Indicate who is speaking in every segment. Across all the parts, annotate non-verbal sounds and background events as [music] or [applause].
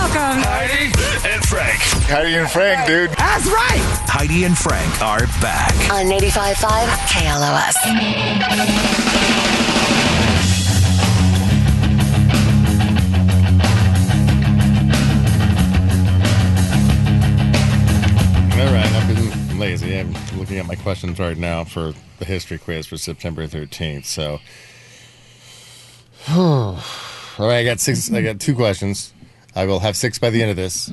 Speaker 1: Heidi and Frank.
Speaker 2: Heidi and Frank, dude.
Speaker 3: That's right.
Speaker 4: Heidi and Frank are back.
Speaker 5: on 85.5 KLOS.
Speaker 2: All right, I've been lazy. I'm looking at my questions right now for the history quiz for September 13th. So, [sighs] all right, I got six. I got two questions. I will have six by the end of this.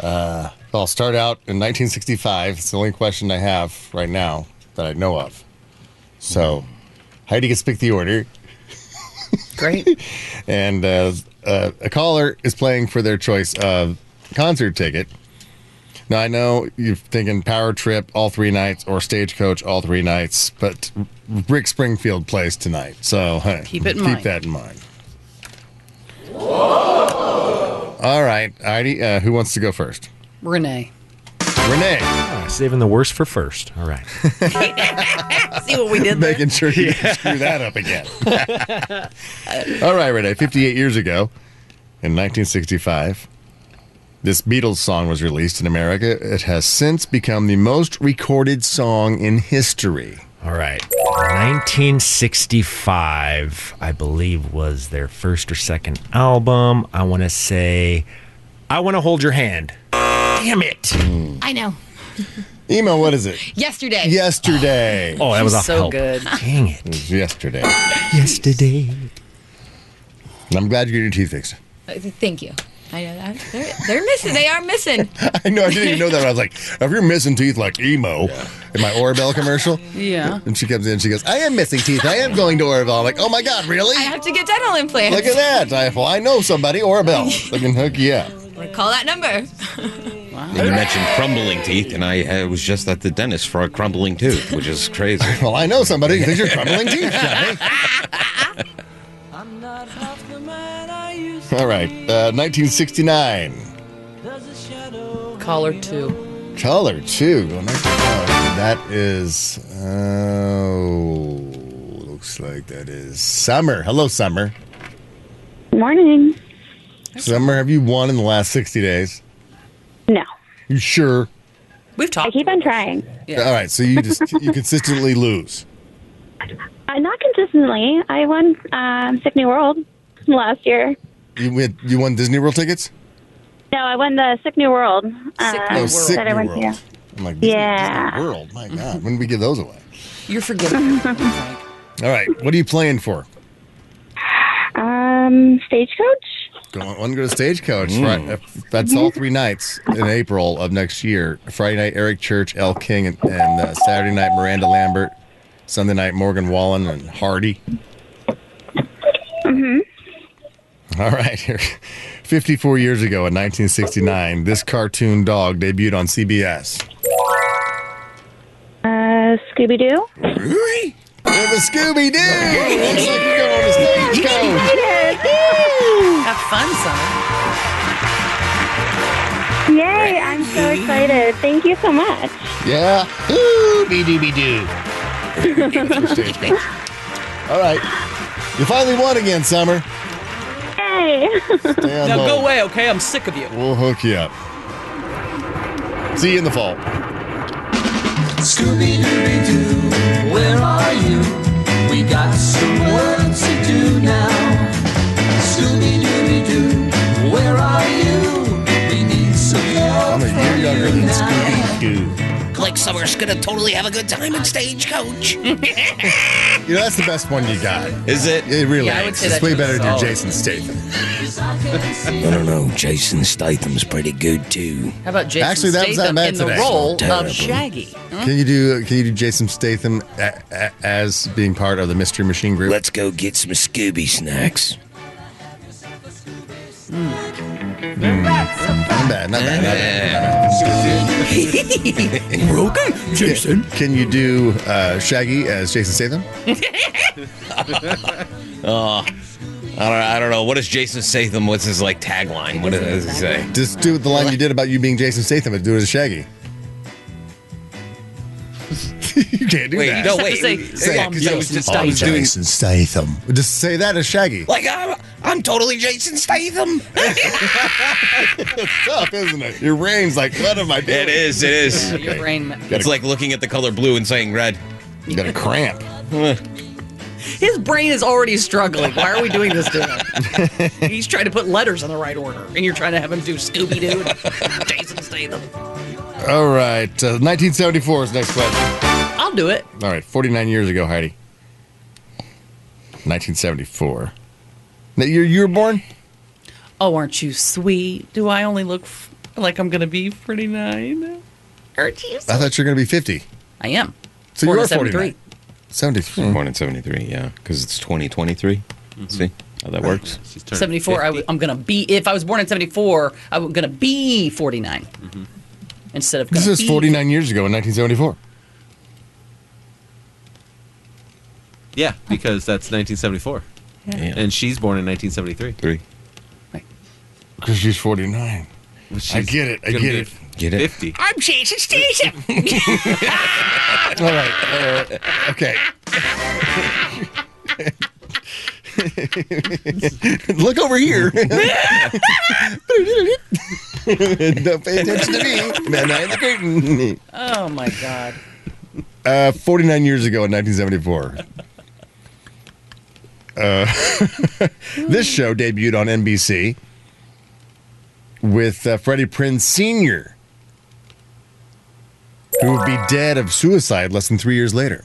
Speaker 2: Uh, I'll start out in 1965. It's the only question I have right now that I know of. So, Heidi gets to pick the order,
Speaker 3: Great.
Speaker 2: [laughs] and uh, uh, a caller is playing for their choice of concert ticket. Now I know you're thinking Power Trip all three nights or Stagecoach all three nights, but Rick Springfield plays tonight, so hey,
Speaker 3: Keep it in
Speaker 2: keep
Speaker 3: mind.
Speaker 2: that in mind. All right, Heidi, uh, who wants to go first?
Speaker 3: Renee.
Speaker 2: Renee,
Speaker 6: Ah, saving the worst for first.
Speaker 3: [laughs]
Speaker 6: All right.
Speaker 3: See what we did there?
Speaker 2: making sure you didn't screw that up again. [laughs] all right, Renee. 58 years ago, in 1965. This Beatles song was released in America. It has since become the most recorded song in history.
Speaker 6: All right. 1965, I believe, was their first or second album. I want to say, I want to hold your hand. Damn it.
Speaker 3: Mm.
Speaker 7: I know.
Speaker 2: Emo, what is it?
Speaker 7: Yesterday.
Speaker 2: Yesterday.
Speaker 6: Oh, that was
Speaker 3: She's
Speaker 6: off
Speaker 3: so
Speaker 6: help.
Speaker 3: good. Mm.
Speaker 6: Dang it.
Speaker 2: It was yesterday.
Speaker 6: Yesterday.
Speaker 2: And I'm glad you got your teeth fixed.
Speaker 7: Uh, Thank you. I know that. They're, they're missing. They are missing.
Speaker 2: [laughs] I know, I didn't even know that. I was like, if you're missing teeth like Emo in my Oribel commercial.
Speaker 3: Yeah.
Speaker 2: And she comes in she goes, I am missing teeth. I am going to Oribel. I'm like, oh my God, really?
Speaker 7: I have to get dental implants.
Speaker 2: Look at that. I, well, I know somebody, Oribel. They can hook you up.
Speaker 7: that. Call that number.
Speaker 8: And you mentioned crumbling teeth, and I, I was just at the dentist for a crumbling tooth, which is
Speaker 9: [laughs]
Speaker 8: crazy.
Speaker 2: Well, I know somebody who thinks you're crumbling teeth, Johnny. All right, uh, 1969.
Speaker 3: Caller two.
Speaker 2: Color too. Going back to color. That is. Oh, looks like that is summer. Hello, summer.
Speaker 10: Morning.
Speaker 2: Summer, have you won in the last sixty days?
Speaker 10: No,
Speaker 2: You sure?
Speaker 3: We've
Speaker 10: I
Speaker 3: talked.
Speaker 10: keep on trying.
Speaker 2: All right, so you just you consistently lose.
Speaker 10: Uh, not consistently. I won um, Sydney World last year.
Speaker 2: You win. You won Disney World tickets.
Speaker 10: No, I won the Sick New World. Uh,
Speaker 3: Sick
Speaker 2: Oh,
Speaker 3: New
Speaker 2: sick
Speaker 10: that I
Speaker 2: New
Speaker 10: went
Speaker 2: World.
Speaker 10: to.
Speaker 2: I'm like, Disney,
Speaker 10: Yeah.
Speaker 2: Disney World. My God, when did we give those away?
Speaker 3: You're forgiven. Frank.
Speaker 2: All right, what are you playing for?
Speaker 10: Um, stagecoach.
Speaker 2: Going, one go to Stagecoach. Fri- uh, that's all three nights in April of next year. Friday night, Eric Church, El King, and, and uh, Saturday night, Miranda Lambert. Sunday night, Morgan Wallen and Hardy.
Speaker 10: Mm-hmm.
Speaker 2: All right, here. 54 years ago in 1969, this cartoon dog debuted on CBS.
Speaker 10: Uh, Scooby Doo.
Speaker 2: It was Scooby Doo! Looks like you're going to Stagecoach.
Speaker 3: Have fun, son.
Speaker 10: Yay! I'm so excited. Thank you so much.
Speaker 2: Yeah. Ooh, be doo be doo. All right. You finally won again,
Speaker 3: [laughs]
Speaker 2: Summer.
Speaker 10: Yay!
Speaker 2: Stay on
Speaker 3: Now
Speaker 2: hold.
Speaker 3: go away, okay? I'm sick of you.
Speaker 2: We'll hook you up. See you in the fall.
Speaker 9: Where are you? We got some work to do now. Scooby Dooby Doo, where are you? We need some help.
Speaker 2: I'm a year younger than Scooby Doo.
Speaker 9: Click Summer's gonna totally have a good time at
Speaker 2: [laughs]
Speaker 9: Stagecoach.
Speaker 2: You know, that's the best one you got.
Speaker 8: Is it?
Speaker 2: It really
Speaker 3: Yeah, I would
Speaker 2: is.
Speaker 3: say
Speaker 2: It's
Speaker 3: that
Speaker 2: way
Speaker 3: too.
Speaker 2: better than your
Speaker 3: Solid.
Speaker 2: Jason Statham.
Speaker 9: I don't know, Jason Statham's pretty good too.
Speaker 3: How about Jason
Speaker 2: Actually, that was
Speaker 3: Statham
Speaker 2: that
Speaker 3: in the
Speaker 2: today.
Speaker 3: role
Speaker 9: Terrible.
Speaker 3: of Shaggy?
Speaker 2: Can you do Can you do Jason Statham a, a, as being part of the Mystery Machine group?
Speaker 9: Let's go get some Scooby snacks.
Speaker 2: not bad, not bad, not bad.
Speaker 9: [laughs] okay, Jason.
Speaker 2: Can you do uh, Shaggy as Jason Statham?
Speaker 8: I don't, I don't know. What is Jason Statham? What's his like tagline? What does it say?
Speaker 2: Just do the line you did about you being Jason Statham and do it as Shaggy. you can't do
Speaker 8: Wait,
Speaker 2: that.
Speaker 8: no, [laughs] wait.
Speaker 3: Say-
Speaker 8: yeah, 'cause I was just I was doing.
Speaker 2: Jason Statham. Just say that as Shaggy.
Speaker 8: Like I'm, I'm totally
Speaker 9: [laughs]
Speaker 8: Jason Statham.
Speaker 2: Tough, isn't it? Your brain's like, what am I doing?
Speaker 8: It is. It is.
Speaker 3: Your brain.
Speaker 8: It's like looking at the color blue and saying red.
Speaker 2: You got a cramp.
Speaker 3: His brain is already struggling. Why are we doing this to him?
Speaker 2: [laughs]
Speaker 3: He's trying to put letters in the right order, and you're trying to have him do Scooby Doo and Jason Statham.
Speaker 2: All right. Uh, 1974 is next question.
Speaker 3: I'll do it.
Speaker 2: All right. 49 years ago, Heidi. 1974. That year you were born?
Speaker 3: Oh, aren't you sweet? Do I only look f- like I'm going to be 49? Aren't you?
Speaker 2: I thought you were going to be 50.
Speaker 3: I am.
Speaker 2: So
Speaker 3: Born
Speaker 2: you
Speaker 3: in
Speaker 2: are 49. 73.
Speaker 8: Born in '73, yeah, because it's 2023. See how that works.
Speaker 3: 74. I w- I'm going to be, if I was born in 74, I'm going to be 49.
Speaker 11: Mm-hmm.
Speaker 3: Instead of
Speaker 2: This
Speaker 3: gonna
Speaker 2: is
Speaker 3: be-
Speaker 2: 49 years ago in 1974.
Speaker 11: Yeah, because that's 1974.
Speaker 8: Yeah.
Speaker 11: And she's born in 1973.
Speaker 8: Three.
Speaker 2: Because she's 49.
Speaker 11: Well, she's
Speaker 2: I get it. I
Speaker 11: gonna
Speaker 2: get
Speaker 11: be
Speaker 2: it.
Speaker 8: Get it?
Speaker 11: 50.
Speaker 3: I'm Jason
Speaker 7: [laughs]
Speaker 3: Statham.
Speaker 2: All right. uh, okay. [laughs] Look over [laughs] here. Don't pay attention to me. Man behind the curtain.
Speaker 3: Oh, my God.
Speaker 2: Uh, 49 years ago in 1974. Uh, [laughs] this show debuted on NBC with uh, Freddie Prinze Sr., who would be dead of suicide less than three years later.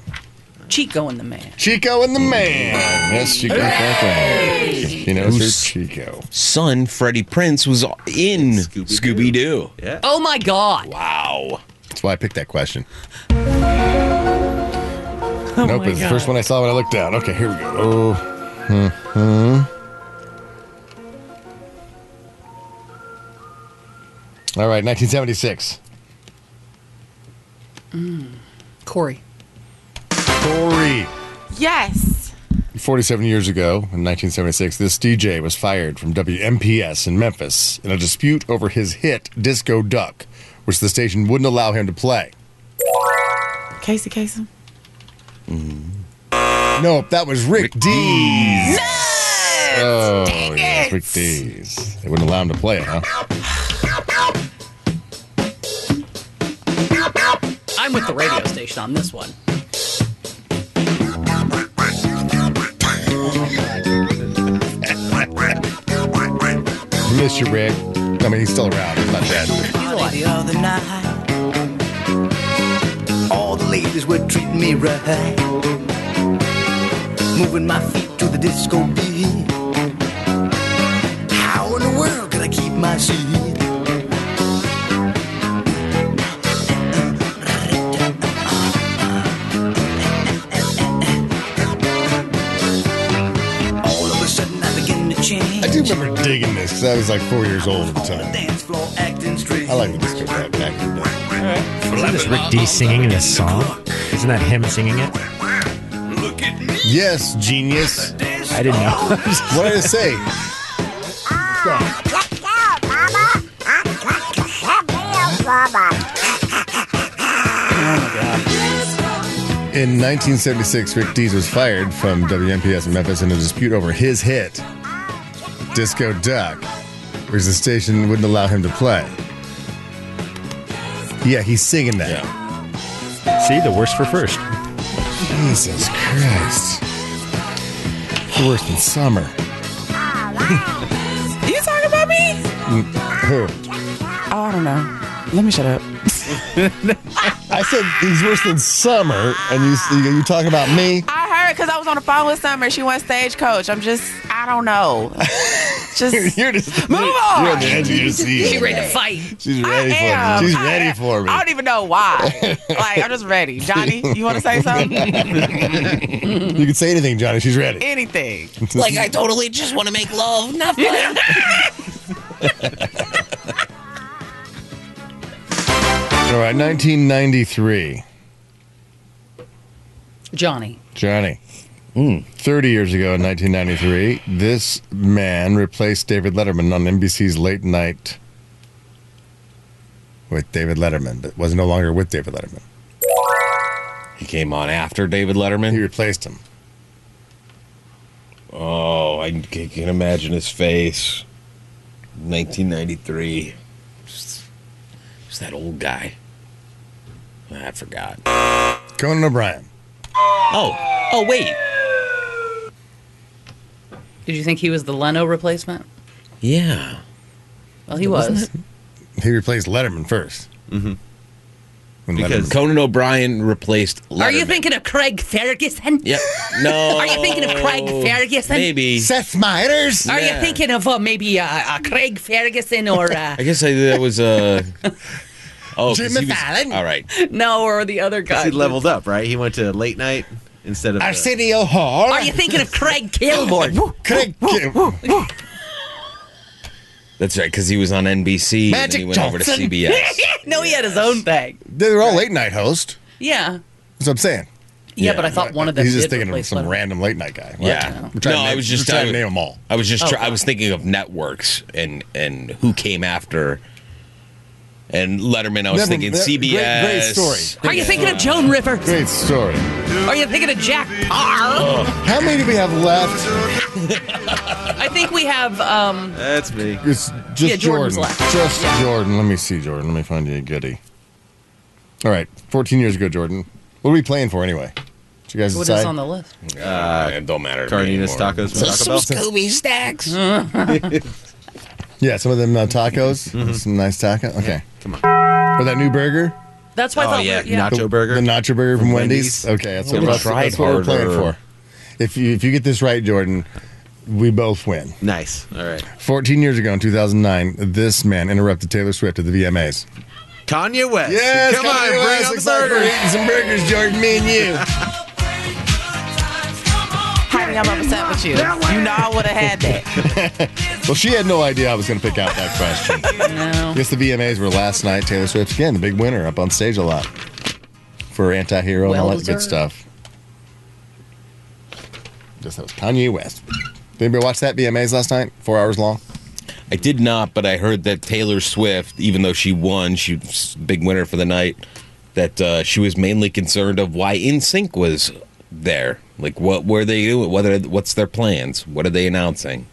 Speaker 3: Chico and the man.
Speaker 2: Chico and the Man. Yes, Chico Franklin. You know,
Speaker 8: Who's-
Speaker 2: it's Chico.
Speaker 8: Son Freddie Prince was in Scooby Doo.
Speaker 11: Yeah.
Speaker 3: Oh, my God.
Speaker 8: Wow.
Speaker 2: That's why I picked that question. nope, it's the first one I saw when I looked down. Okay, here we go. Oh. Mhm. All right, 1976.
Speaker 3: Corey.
Speaker 2: Corey.
Speaker 7: Yes.
Speaker 2: 47 years ago, in 1976, this DJ was fired from WMPS in Memphis in a dispute over his hit Disco Duck, which the station wouldn't allow him to play.
Speaker 7: Casey Kasem.
Speaker 2: Mm-hmm. Nope, that was Rick, Dees. Oh, yes, Rick Dees. They wouldn't allow him to play it, huh?
Speaker 3: I'm with the radio station on this one.
Speaker 2: Miss you, Rick. I mean, he's still around. He's not dead.
Speaker 3: He's alive.
Speaker 9: All the ladies were treating me right. Moving my feet to the disco beat. How in the world could I keep my seat? All of a sudden I begin to change.
Speaker 2: I do remember digging this because I was like four years old at the
Speaker 9: On the
Speaker 2: time.
Speaker 9: dance floor acting strange.
Speaker 2: I like the disco back back in the day.
Speaker 6: Isn't this Rick D singing this song? Isn't that him singing it?
Speaker 9: Look at me.
Speaker 2: Yes, genius.
Speaker 6: I didn't know. [laughs]
Speaker 2: What did I say? In 1976, Rick Dees was fired from WMPS in Memphis in a dispute over his hit, Disco Duck, which the station wouldn't allow him to play. Yeah, he's singing that.
Speaker 6: See, the worst for first.
Speaker 2: Jesus Christ. Worse than summer.
Speaker 7: Are you talking about me?
Speaker 2: Who?
Speaker 7: Oh, I don't know. Let me shut up.
Speaker 2: I said he's worse than summer, and you you, you talking about me?
Speaker 7: I heard because I was on the phone with Summer. She went stagecoach. I'm just, I don't know.
Speaker 2: [laughs]
Speaker 7: Just
Speaker 2: You're just
Speaker 7: Move on.
Speaker 2: You're on the edge of your seat.
Speaker 3: She ready to fight.
Speaker 2: She's
Speaker 7: I
Speaker 2: ready for
Speaker 7: am.
Speaker 2: me. She's
Speaker 7: I
Speaker 2: ready
Speaker 7: am.
Speaker 2: for me.
Speaker 7: I don't even
Speaker 2: [laughs]
Speaker 7: know why. Like, I'm just ready. Johnny, you want to say something?
Speaker 2: You can say anything, Johnny. She's ready.
Speaker 7: Anything.
Speaker 8: Like I totally just want to make love, not fun.
Speaker 2: All right, 1993.
Speaker 3: Johnny.
Speaker 2: Johnny.
Speaker 8: Hmm.
Speaker 2: 30 years ago in 1993, this man replaced David Letterman on NBC's late night with David Letterman, but was no longer with David Letterman.
Speaker 8: He came on after David Letterman. He
Speaker 2: replaced him.
Speaker 8: Oh, I c- can imagine his face. 1993. Just, just that old guy. Ah, I forgot.
Speaker 2: Conan O'Brien.
Speaker 8: Oh, oh wait.
Speaker 3: Did you think he was the Leno replacement?
Speaker 8: Yeah.
Speaker 3: Well, he
Speaker 8: Wasn't
Speaker 3: was.
Speaker 2: He replaced Letterman 1st
Speaker 8: Mm-hmm.
Speaker 2: Letterman-
Speaker 8: Because Conan O'Brien replaced Letterman.
Speaker 3: Are you thinking of Craig Ferguson? [laughs]
Speaker 8: Yep. No.
Speaker 7: Oh,
Speaker 3: Are you thinking of Craig Ferguson? [laughs]
Speaker 8: Maybe.
Speaker 2: Seth Meyers.
Speaker 3: Are
Speaker 8: Yeah.
Speaker 3: you thinking of uh, maybe uh, uh, Craig Ferguson or
Speaker 7: [laughs]
Speaker 3: uh,
Speaker 8: I guess I, that
Speaker 3: [laughs]
Speaker 8: was uh Oh, 'cause
Speaker 3: Jimmy
Speaker 8: he was-
Speaker 3: Fallon?
Speaker 8: All right.
Speaker 3: no or the other guy?
Speaker 11: He leveled up, right? He went to late night instead of uh,
Speaker 2: Arsenio Hall.
Speaker 3: Are you thinking of Craig
Speaker 7: [laughs]
Speaker 3: Kilborn?
Speaker 2: Craig Kilborn.
Speaker 8: That's right, because he was on NBC and then
Speaker 3: Magic
Speaker 8: he went over to
Speaker 3: Johnson.
Speaker 8: CBS.
Speaker 3: [laughs] no, he had his own thing.
Speaker 2: They were all late night hosts.
Speaker 3: Yeah.
Speaker 2: That's what I'm saying.
Speaker 3: Yeah, but I thought one of them
Speaker 2: He's just
Speaker 3: did
Speaker 2: thinking of
Speaker 3: replace
Speaker 2: some
Speaker 3: Letterman.
Speaker 2: random late night guy. What?
Speaker 8: Yeah.
Speaker 2: We're
Speaker 8: No,
Speaker 2: trying to
Speaker 8: I
Speaker 2: name-
Speaker 8: was just
Speaker 2: we're trying to
Speaker 8: I,
Speaker 2: name them all.
Speaker 8: I was just
Speaker 3: Oh,
Speaker 8: try, I was thinking of networks and and who came after and Letterman. I was
Speaker 2: Letterman-
Speaker 8: thinking
Speaker 2: that- great-
Speaker 8: CBS.
Speaker 2: great story.
Speaker 3: Are you thinking of Joan Rivers?
Speaker 2: Great story.
Speaker 3: Are you thinking of Jack Parr?
Speaker 2: How many do we have left?
Speaker 3: I think we have. Um,
Speaker 11: That's me.
Speaker 2: It's just
Speaker 3: Yeah, Jordan's
Speaker 2: Jordan.
Speaker 3: left.
Speaker 2: Just Jordan. Let me see, Jordan. Let me find you a goodie. All right. 14 years ago, Jordan. What are we playing for anyway? Did you guys
Speaker 3: what is
Speaker 2: decide?
Speaker 3: on the list?
Speaker 8: Uh, it don't matter. to me
Speaker 11: Carnitas
Speaker 8: anymore.
Speaker 11: tacos from Taco Bell.
Speaker 4: Scooby Snacks.
Speaker 12: Mm.
Speaker 2: Yeah, some of them uh, tacos. Some nice taco. Okay.
Speaker 11: Come on.
Speaker 2: Or that new burger?
Speaker 3: That's why I
Speaker 11: Oh,
Speaker 3: thought. we-
Speaker 11: yeah,
Speaker 3: yeah.
Speaker 11: nacho
Speaker 2: the,
Speaker 11: burger.
Speaker 2: The nacho burger from,
Speaker 11: From
Speaker 2: Wendy's.
Speaker 11: Wendy's.
Speaker 2: Okay, that's,
Speaker 8: Yeah,
Speaker 2: what,
Speaker 8: we
Speaker 2: that's,
Speaker 8: tried
Speaker 2: that's what we're playing
Speaker 8: harder.
Speaker 2: for. If you if you get this right, Jordan, we both win.
Speaker 11: Nice. All right.
Speaker 2: 14 years ago in 2009, this man interrupted Taylor Swift at the VMAs.
Speaker 11: Kanye West. Come on,
Speaker 2: Kanye West,
Speaker 11: bring on the
Speaker 2: looks like
Speaker 11: burger.
Speaker 2: we're eating some burgers, Jordan, me and you.
Speaker 7: Honey, I'm upset with you. You know I would have had that.
Speaker 2: well, she had no idea I was going to pick out that
Speaker 11: [laughs]
Speaker 2: question.
Speaker 3: No.
Speaker 2: Yes, the VMAs were last night. Taylor Swift, again, the big winner up on stage a lot for anti hero and all that good
Speaker 3: Well-deserved.
Speaker 2: stuff. Guess that was Kanye West. Did anybody watch that VMAs last night? Four hours long?
Speaker 8: I did not, but I heard that Taylor Swift, even though she won, she was a big winner for the night. That uh, she was mainly concerned of why InSync was there. Like, what were they doing? What are, what's their plans? What are they announcing?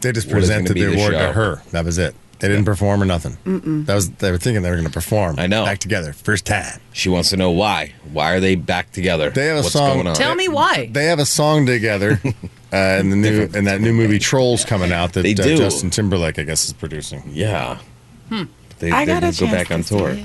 Speaker 2: They just
Speaker 8: What is gonna
Speaker 2: presented
Speaker 8: be
Speaker 2: the
Speaker 8: the
Speaker 2: award to
Speaker 8: show?
Speaker 2: her. That was it. They didn't perform or nothing. That was they were thinking they were going to perform.
Speaker 8: I know.
Speaker 2: Back together, first time.
Speaker 8: She wants to know why. Why are they back together?
Speaker 2: They have a
Speaker 8: what's
Speaker 2: song-
Speaker 8: Going on?
Speaker 3: Tell me why.
Speaker 2: They have a song
Speaker 8: [laughs]
Speaker 2: together, uh, and the new and that new movie Trolls coming out that
Speaker 8: They
Speaker 2: uh,
Speaker 8: do.
Speaker 2: Justin Timberlake I guess is producing.
Speaker 8: Yeah. They,
Speaker 7: Hmm. I
Speaker 8: they
Speaker 7: got a
Speaker 8: did go
Speaker 7: chance
Speaker 8: back
Speaker 7: to
Speaker 8: on
Speaker 7: see
Speaker 8: tour.
Speaker 7: it.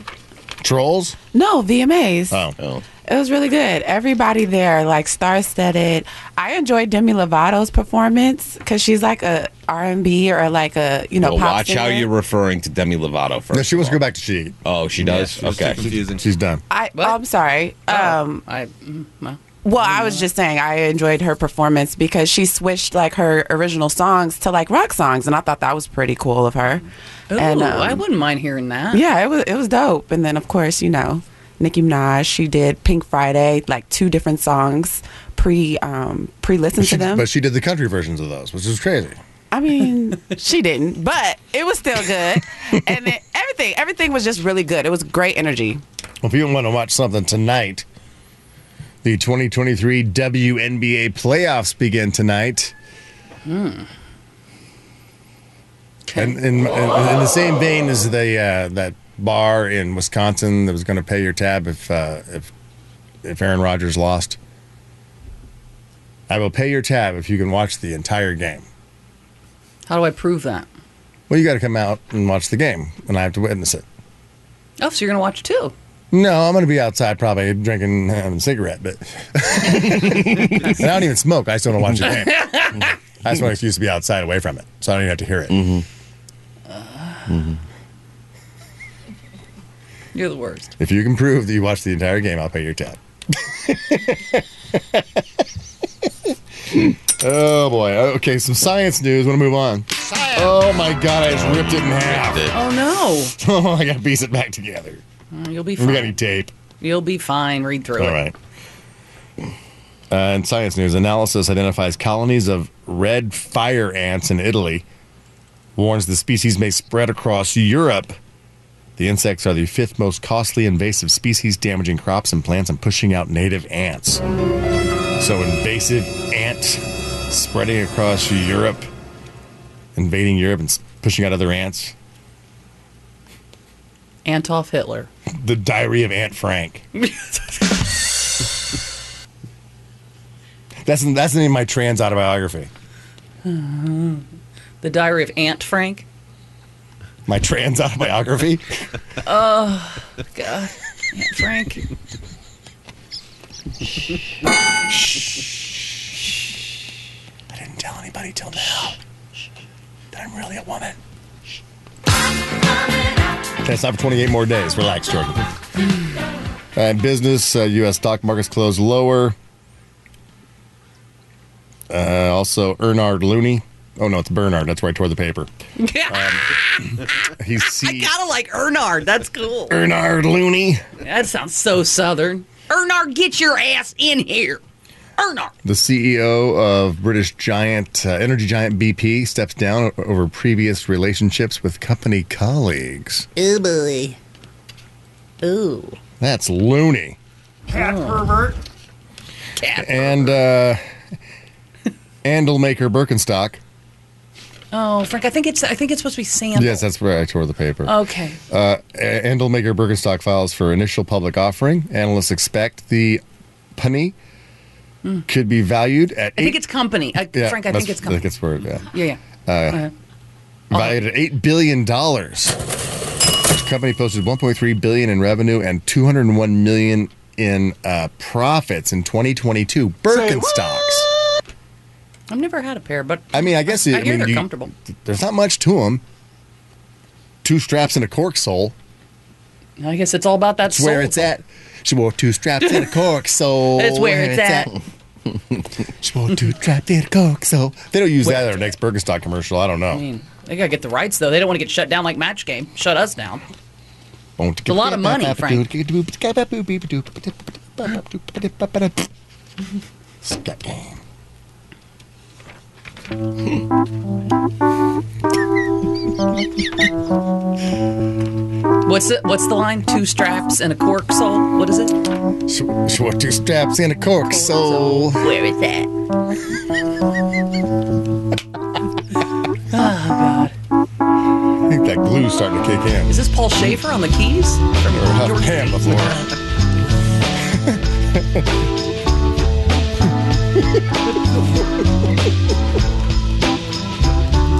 Speaker 2: Trolls.
Speaker 7: No, VMAs.
Speaker 2: Oh,
Speaker 8: Oh.
Speaker 7: It was really good. Everybody there, like star-studded. I enjoyed Demi Lovato's performance because she's like a R&B or like a you know
Speaker 8: Well,
Speaker 7: pop
Speaker 8: watch how
Speaker 7: singer.
Speaker 8: you're referring to Demi Lovato first.
Speaker 2: no, she
Speaker 8: of
Speaker 2: wants to go
Speaker 8: all.
Speaker 2: back to she.
Speaker 8: Oh, she does.
Speaker 11: Yeah, she was
Speaker 8: okay.
Speaker 11: Too confusing.
Speaker 2: She's done.
Speaker 7: I,
Speaker 3: What?
Speaker 7: I'm sorry. Um,
Speaker 3: I. mm, Well.
Speaker 7: well, I was just saying I enjoyed her performance because she switched like her original songs to like rock songs, and I thought that was pretty cool of her.
Speaker 3: Ooh,
Speaker 7: and um,
Speaker 3: I wouldn't mind hearing that.
Speaker 7: Yeah, it was it was dope. And then of course, you know, Nicki Minaj, she did Pink Friday, like two different songs pre um pre listened
Speaker 2: She-
Speaker 7: to them.
Speaker 2: but she did the country versions of those, which is crazy.
Speaker 7: I mean, she didn't, but it was still good. and then everything everything was just really good. It was great energy.
Speaker 2: Well, if you want to watch something tonight, the 2023 WNBA playoffs begin tonight. And in, in, in the same vein as the uh, that bar in Wisconsin that was going to pay your tab if uh, if if Aaron Rodgers lost, I will pay your tab if you can watch the entire game.
Speaker 3: How do I prove that?
Speaker 2: Well, you got to come out and watch the game, and I have to witness it.
Speaker 3: Oh, so you're gonna watch two?
Speaker 2: No, I'm going to be outside probably drinking having a cigarette, but [laughs] and I don't even smoke. I just want to watch [laughs] the game. I just want an excuse to be outside away from it, so I don't even have to hear it.
Speaker 3: You're the worst.
Speaker 2: If you can prove that you watched the entire game, I'll pay your tab. [laughs] oh boy. Okay, some science news. Want to move on? Oh my god, I just ripped it in half.
Speaker 3: Oh no.
Speaker 2: [laughs] Oh, I got to piece it back together.
Speaker 3: Mm, You'll be
Speaker 2: We got any
Speaker 3: fine.
Speaker 2: tape?
Speaker 3: You'll be fine. Read through
Speaker 2: All
Speaker 3: it.
Speaker 2: right. Uh, in science news, analysis identifies colonies of red fire ants in Italy. Warns the species may spread across Europe. The insects are the fifth most costly invasive species, damaging crops and plants and pushing out native ants. So, invasive ant spreading across Europe, invading Europe and s- pushing out other ants.
Speaker 3: Antoff Hitler.
Speaker 2: The Diary of Ant Frank. That's that's the name of my trans autobiography.
Speaker 3: the Diary of Aunt Frank.
Speaker 2: My trans [laughs] autobiography.
Speaker 3: Oh, God. Aunt
Speaker 2: [laughs]
Speaker 3: Frank.
Speaker 2: I didn't tell anybody till now that I'm really a woman. Okay, stop for 28 more days. Relax, Jordan. And business, uh, U.S. stock markets closed lower. Uh, also, Ernard Looney. Oh, no, it's Bernard. That's where I tore the paper. He's
Speaker 3: I
Speaker 2: C.
Speaker 3: gotta like Ernard. That's cool.
Speaker 2: Ernard Looney.
Speaker 3: That sounds so southern. Ernard, get your ass in here. Ernard.
Speaker 2: The CEO of British giant uh, energy giant BP steps down o- over previous relationships with company colleagues.
Speaker 13: Ooh, boy. Ooh.
Speaker 2: That's loony.
Speaker 13: Cat
Speaker 3: Oh.
Speaker 13: pervert.
Speaker 2: And uh, Andelmaker Birkenstock.
Speaker 3: Oh, Frank, I think it's I think it's supposed to be Sam.
Speaker 2: Yes, that's where I tore the paper.
Speaker 3: Okay.
Speaker 2: Uh, A- Andelmaker Birkenstock files for initial public offering. Analysts expect the penny could be valued at
Speaker 3: Hmm. I think
Speaker 2: eight.
Speaker 3: it's company. I,
Speaker 2: yeah,
Speaker 3: Frank, I
Speaker 2: that's-
Speaker 3: think it's company.
Speaker 2: where, yeah.
Speaker 3: Yeah, yeah.
Speaker 2: Uh,
Speaker 3: Uh-huh.
Speaker 2: Valued
Speaker 3: Oh.
Speaker 2: at eight billion dollars. The company posted 1.3 billion in revenue and 201 million in uh, profits in 2022. Birkenstocks.
Speaker 3: I've never had a pair, but
Speaker 2: I mean, I guess it,
Speaker 3: I hear
Speaker 2: mean,
Speaker 3: they're
Speaker 2: you-
Speaker 3: comfortable.
Speaker 2: There's not much to them. Two straps and a cork sole.
Speaker 3: I guess it's all about that.
Speaker 2: That's where
Speaker 3: sole.
Speaker 2: it's at. She wore two straps and a cork sole.
Speaker 3: That's where it's at.
Speaker 2: she wore two straps and a cork sole. They don't use that in their next Birkenstock commercial. I don't know.
Speaker 3: I mean, they gotta get the rights though. They don't want to get shut down like Match Game. Shut us down.
Speaker 2: It's
Speaker 3: a lot of money, Frank.
Speaker 2: Scat game.
Speaker 3: What's it? What's the line? Two straps and a cork sole. What is it?
Speaker 2: She wore two straps and a cork sole.
Speaker 3: Where is
Speaker 2: [laughs]
Speaker 3: that?
Speaker 2: Ah, I think that glue's starting to kick in. uh,
Speaker 3: Is this Paul Schaefer on the keys? Or
Speaker 2: [laughs]
Speaker 3: George
Speaker 2: Ham
Speaker 3: Bailey?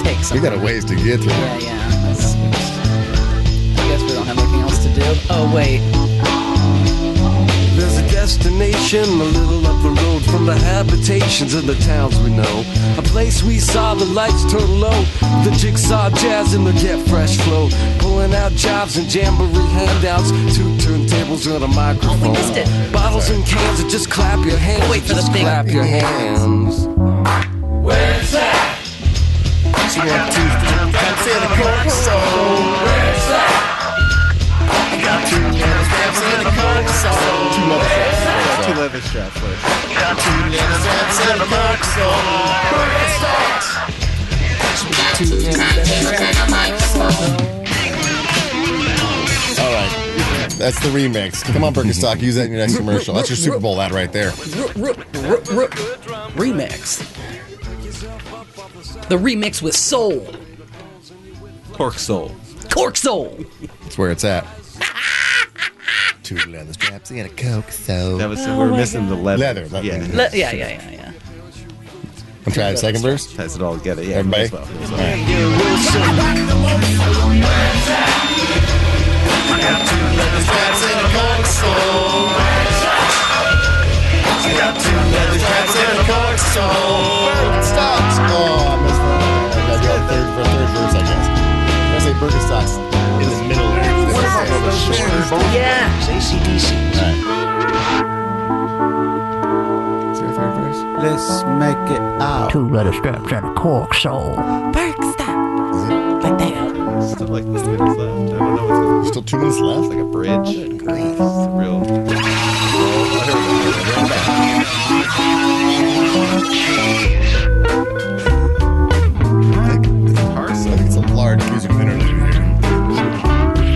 Speaker 3: Takes
Speaker 2: We got a ways to get through.
Speaker 3: Yeah, yeah. That's, I guess we don't have anything else to do. Oh wait.
Speaker 12: There's a destination a little up the road from the habitations of the towns we know. A place we saw the lights turn low, the jigsaw jazz and the get fresh flow. Pulling out jobs and jamboree handouts, two turntables and a microphone.
Speaker 9: missed it.
Speaker 12: Bottles and cans, and just clap your hands.
Speaker 9: Wait for the
Speaker 12: just
Speaker 9: big-
Speaker 12: clap your hands.
Speaker 9: Where it's at. I got two pounds that's in a coke soul. Where it's at. I got two pounds that's in a coke soul. Two leather straps.
Speaker 11: Two leather straps.
Speaker 9: I got two leather straps in a coke soul. Where it's at. Two leather straps in a coke soul.
Speaker 2: All right. That's the remix. Come on, Birkenstock. Use that in your next commercial. That's your Super Bowl ad right there.
Speaker 3: Remix. The remix with soul.
Speaker 2: Cork sole.
Speaker 3: Cork soul.
Speaker 2: That's where it's at. Two leather straps and a coke sole.
Speaker 11: That was- we were Oh my missing the leather.
Speaker 2: Leather. leather.
Speaker 11: Yeah.
Speaker 3: Le- yeah, yeah, yeah, yeah.
Speaker 2: I'm trying second verse.
Speaker 11: Ties it all together. Yeah,
Speaker 2: Everybody?
Speaker 11: might as well. Might as
Speaker 2: All
Speaker 11: well.
Speaker 2: right.
Speaker 9: Straps in a cork sole. I got two leather straps in a cork sole.
Speaker 2: Birkenstocks. Oh, I missed that. I gotta go third for third verse, I guess. I say Birkenstocks. It is middle there.
Speaker 9: Yeah.
Speaker 14: Let's make it out. Two leather straps and a cork sole.
Speaker 11: Still like two minutes left. I don't know what's going
Speaker 2: Still two minutes left.
Speaker 11: Like a bridge. Real.
Speaker 2: I think it's a large music interlude here.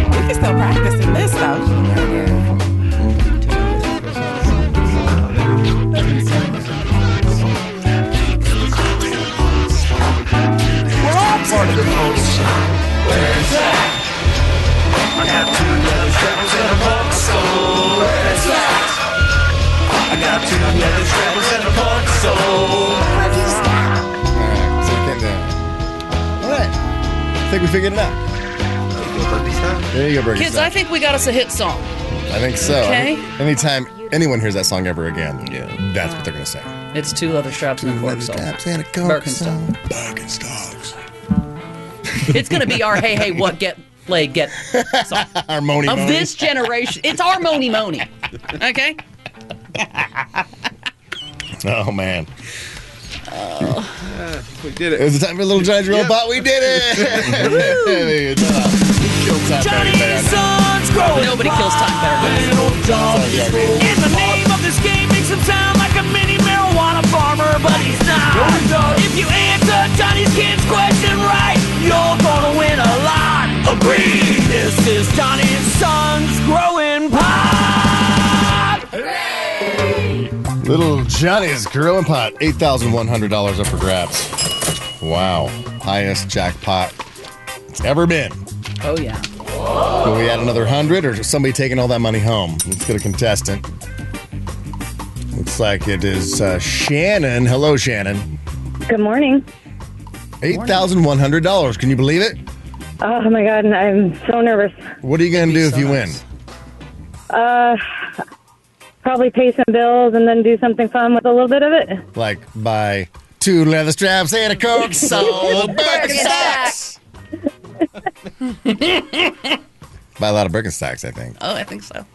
Speaker 7: We can still
Speaker 9: Where's that? I got two leather strappers and a buck soul. Where's that? I got two leather strappers and a buck soul.
Speaker 2: Alright, so it came down.
Speaker 3: What?
Speaker 2: I think we figured it out. There you go, Bergie.
Speaker 3: Kids, I think we got us a hit song.
Speaker 2: I think so.
Speaker 3: Okay.
Speaker 2: I- Anytime anyone hears that song ever again, yeah, that's what they're gonna say.
Speaker 3: It's two leather straps and a cork soul. Birkenstock. it's going to be our hey hey what get play get
Speaker 2: [laughs]
Speaker 3: song
Speaker 2: Harmony
Speaker 3: of
Speaker 2: Moni.
Speaker 3: this generation. It's our money money. Okay.
Speaker 2: Oh man.
Speaker 3: Oh.
Speaker 11: I think we did it.
Speaker 2: It was time for Little Giant Robot. We did
Speaker 11: [laughs]
Speaker 2: it. Johnny
Speaker 9: Sons
Speaker 3: Nobody kills time better
Speaker 9: than In the name of this game makes him sound like a mini marijuana farmer, but he's not. If you answer Johnny Skin's question right, you're gonna win a lot. Agreed. This is Johnny Sons Growing Pot.
Speaker 2: Little Johnny's Growing Pot, $8,100 up for grabs. Wow. Highest jackpot it's ever been.
Speaker 3: Oh yeah.
Speaker 2: Will we add another 100 or is somebody taking all that money home? Let's get a contestant. Looks like it is uh, Shannon. Hello, Shannon.
Speaker 15: Good morning.
Speaker 2: $8,100. Can you believe it?
Speaker 15: Oh my god, I'm so nervous.
Speaker 2: What are you going to do if you win?
Speaker 15: Uh, probably pay some bills and then do something fun with a little bit of it.
Speaker 2: Like buy two leather straps and a Coke soul. buy a lot of Birkenstocks, I think.
Speaker 3: Oh, I think so.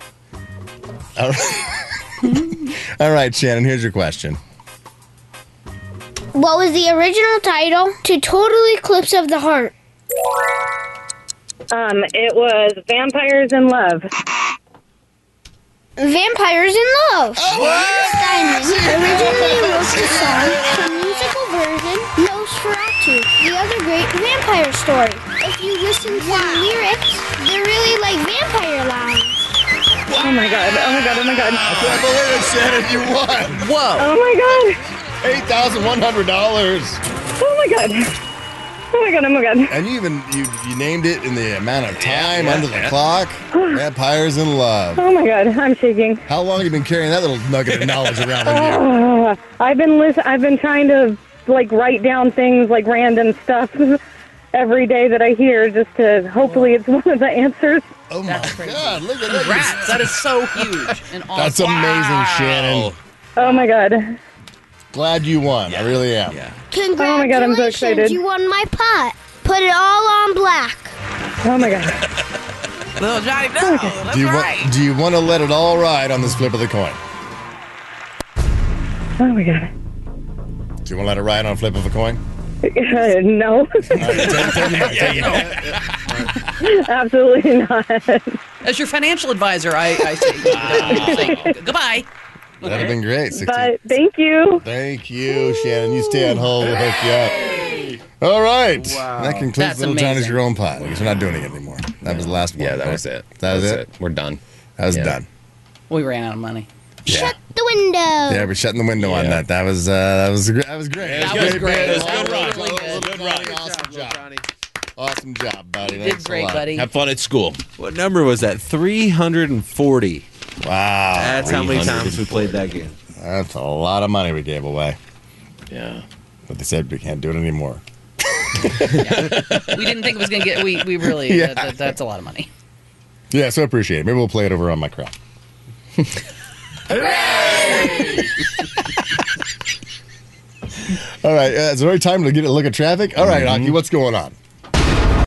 Speaker 2: All right. All right, [laughs] Shannon, here's your question.
Speaker 16: What was the original title to Total Eclipse of the Heart?
Speaker 15: Um, it was Vampires in Love.
Speaker 16: Vampires in Love. Diamond originally wrote the song for musical version Nosferatu, the other great vampire story. If you listen to the lyrics, they're really like vampire lines.
Speaker 15: Oh my god, oh my god, oh my god. I
Speaker 2: can't believe it, Shannon, you won.
Speaker 3: Whoa.
Speaker 15: Oh my god.
Speaker 2: $8,100.
Speaker 15: Oh my god. Oh my god, oh my god.
Speaker 2: And you even you, you named it in the amount of time under the
Speaker 15: [sighs]
Speaker 2: clock. Vampires in love.
Speaker 15: Oh my god, I'm shaking.
Speaker 2: How long have you been carrying that little
Speaker 3: [laughs]
Speaker 2: nugget of knowledge around with you?
Speaker 15: Uh, I've been listen- I've been trying to like write down things like random stuff [laughs] every day that I hear just to hopefully it's one of the answers.
Speaker 2: Oh
Speaker 3: That's crazy. God,
Speaker 2: look
Speaker 3: at that. Congrats. That is so huge and awesome.
Speaker 2: That's amazing, Shannon.
Speaker 15: Oh my god.
Speaker 2: Glad you won. I really am. Yeah.
Speaker 16: Congratulations,
Speaker 15: Oh my God, I'm so excited.
Speaker 16: you won my pot. Put it all on black.
Speaker 15: Oh my god. [laughs]
Speaker 16: Little Johnny,
Speaker 2: do you want do you want to let it all ride on this flip of the coin?
Speaker 15: Oh my god.
Speaker 2: Do you want to let it ride on flip of a coin?
Speaker 15: Uh, no. [laughs] Absolutely not.
Speaker 3: As your financial advisor, I, I say, [laughs] say goodbye.
Speaker 2: That'd have been great. 16
Speaker 15: But thank you.
Speaker 2: Thank you, Shannon. You stay on hold. We'll hook you up. All right. That concludes
Speaker 8: That's
Speaker 2: Little Johnny's
Speaker 8: amazing.
Speaker 2: Your Own Pot. I guess we're not doing it anymore. That was the last one.
Speaker 8: [laughs] Yeah, that
Speaker 2: right?
Speaker 8: was it.
Speaker 2: That was
Speaker 8: That's
Speaker 2: it?
Speaker 8: We're done.
Speaker 2: That was
Speaker 8: Yeah.
Speaker 2: done.
Speaker 3: We ran out of money.
Speaker 2: Yeah.
Speaker 16: The
Speaker 3: Oh.
Speaker 16: window.
Speaker 2: Yeah, we're shutting the window on that. That was uh, that was gr- that was great.
Speaker 3: That was great. That was really
Speaker 2: Good Ronnie. Awesome job. Awesome job, buddy.
Speaker 3: You did
Speaker 2: Thanks a
Speaker 3: great,
Speaker 2: lot.
Speaker 3: buddy.
Speaker 8: Have fun at school.
Speaker 11: What number was that? 340.
Speaker 2: Wow. That's
Speaker 11: how many times we played that game.
Speaker 2: That's a lot of money we gave away.
Speaker 8: Yeah.
Speaker 2: But they said we can't do it anymore.
Speaker 3: We didn't think it was going to get, we, we really,
Speaker 2: [laughs] Yeah.
Speaker 3: that, that- that's a lot of money.
Speaker 2: Yeah, so I appreciate it. Maybe we'll play it over on my crowd. All right, uh, it's already time to get a look at traffic. All right, Aki, what's going on?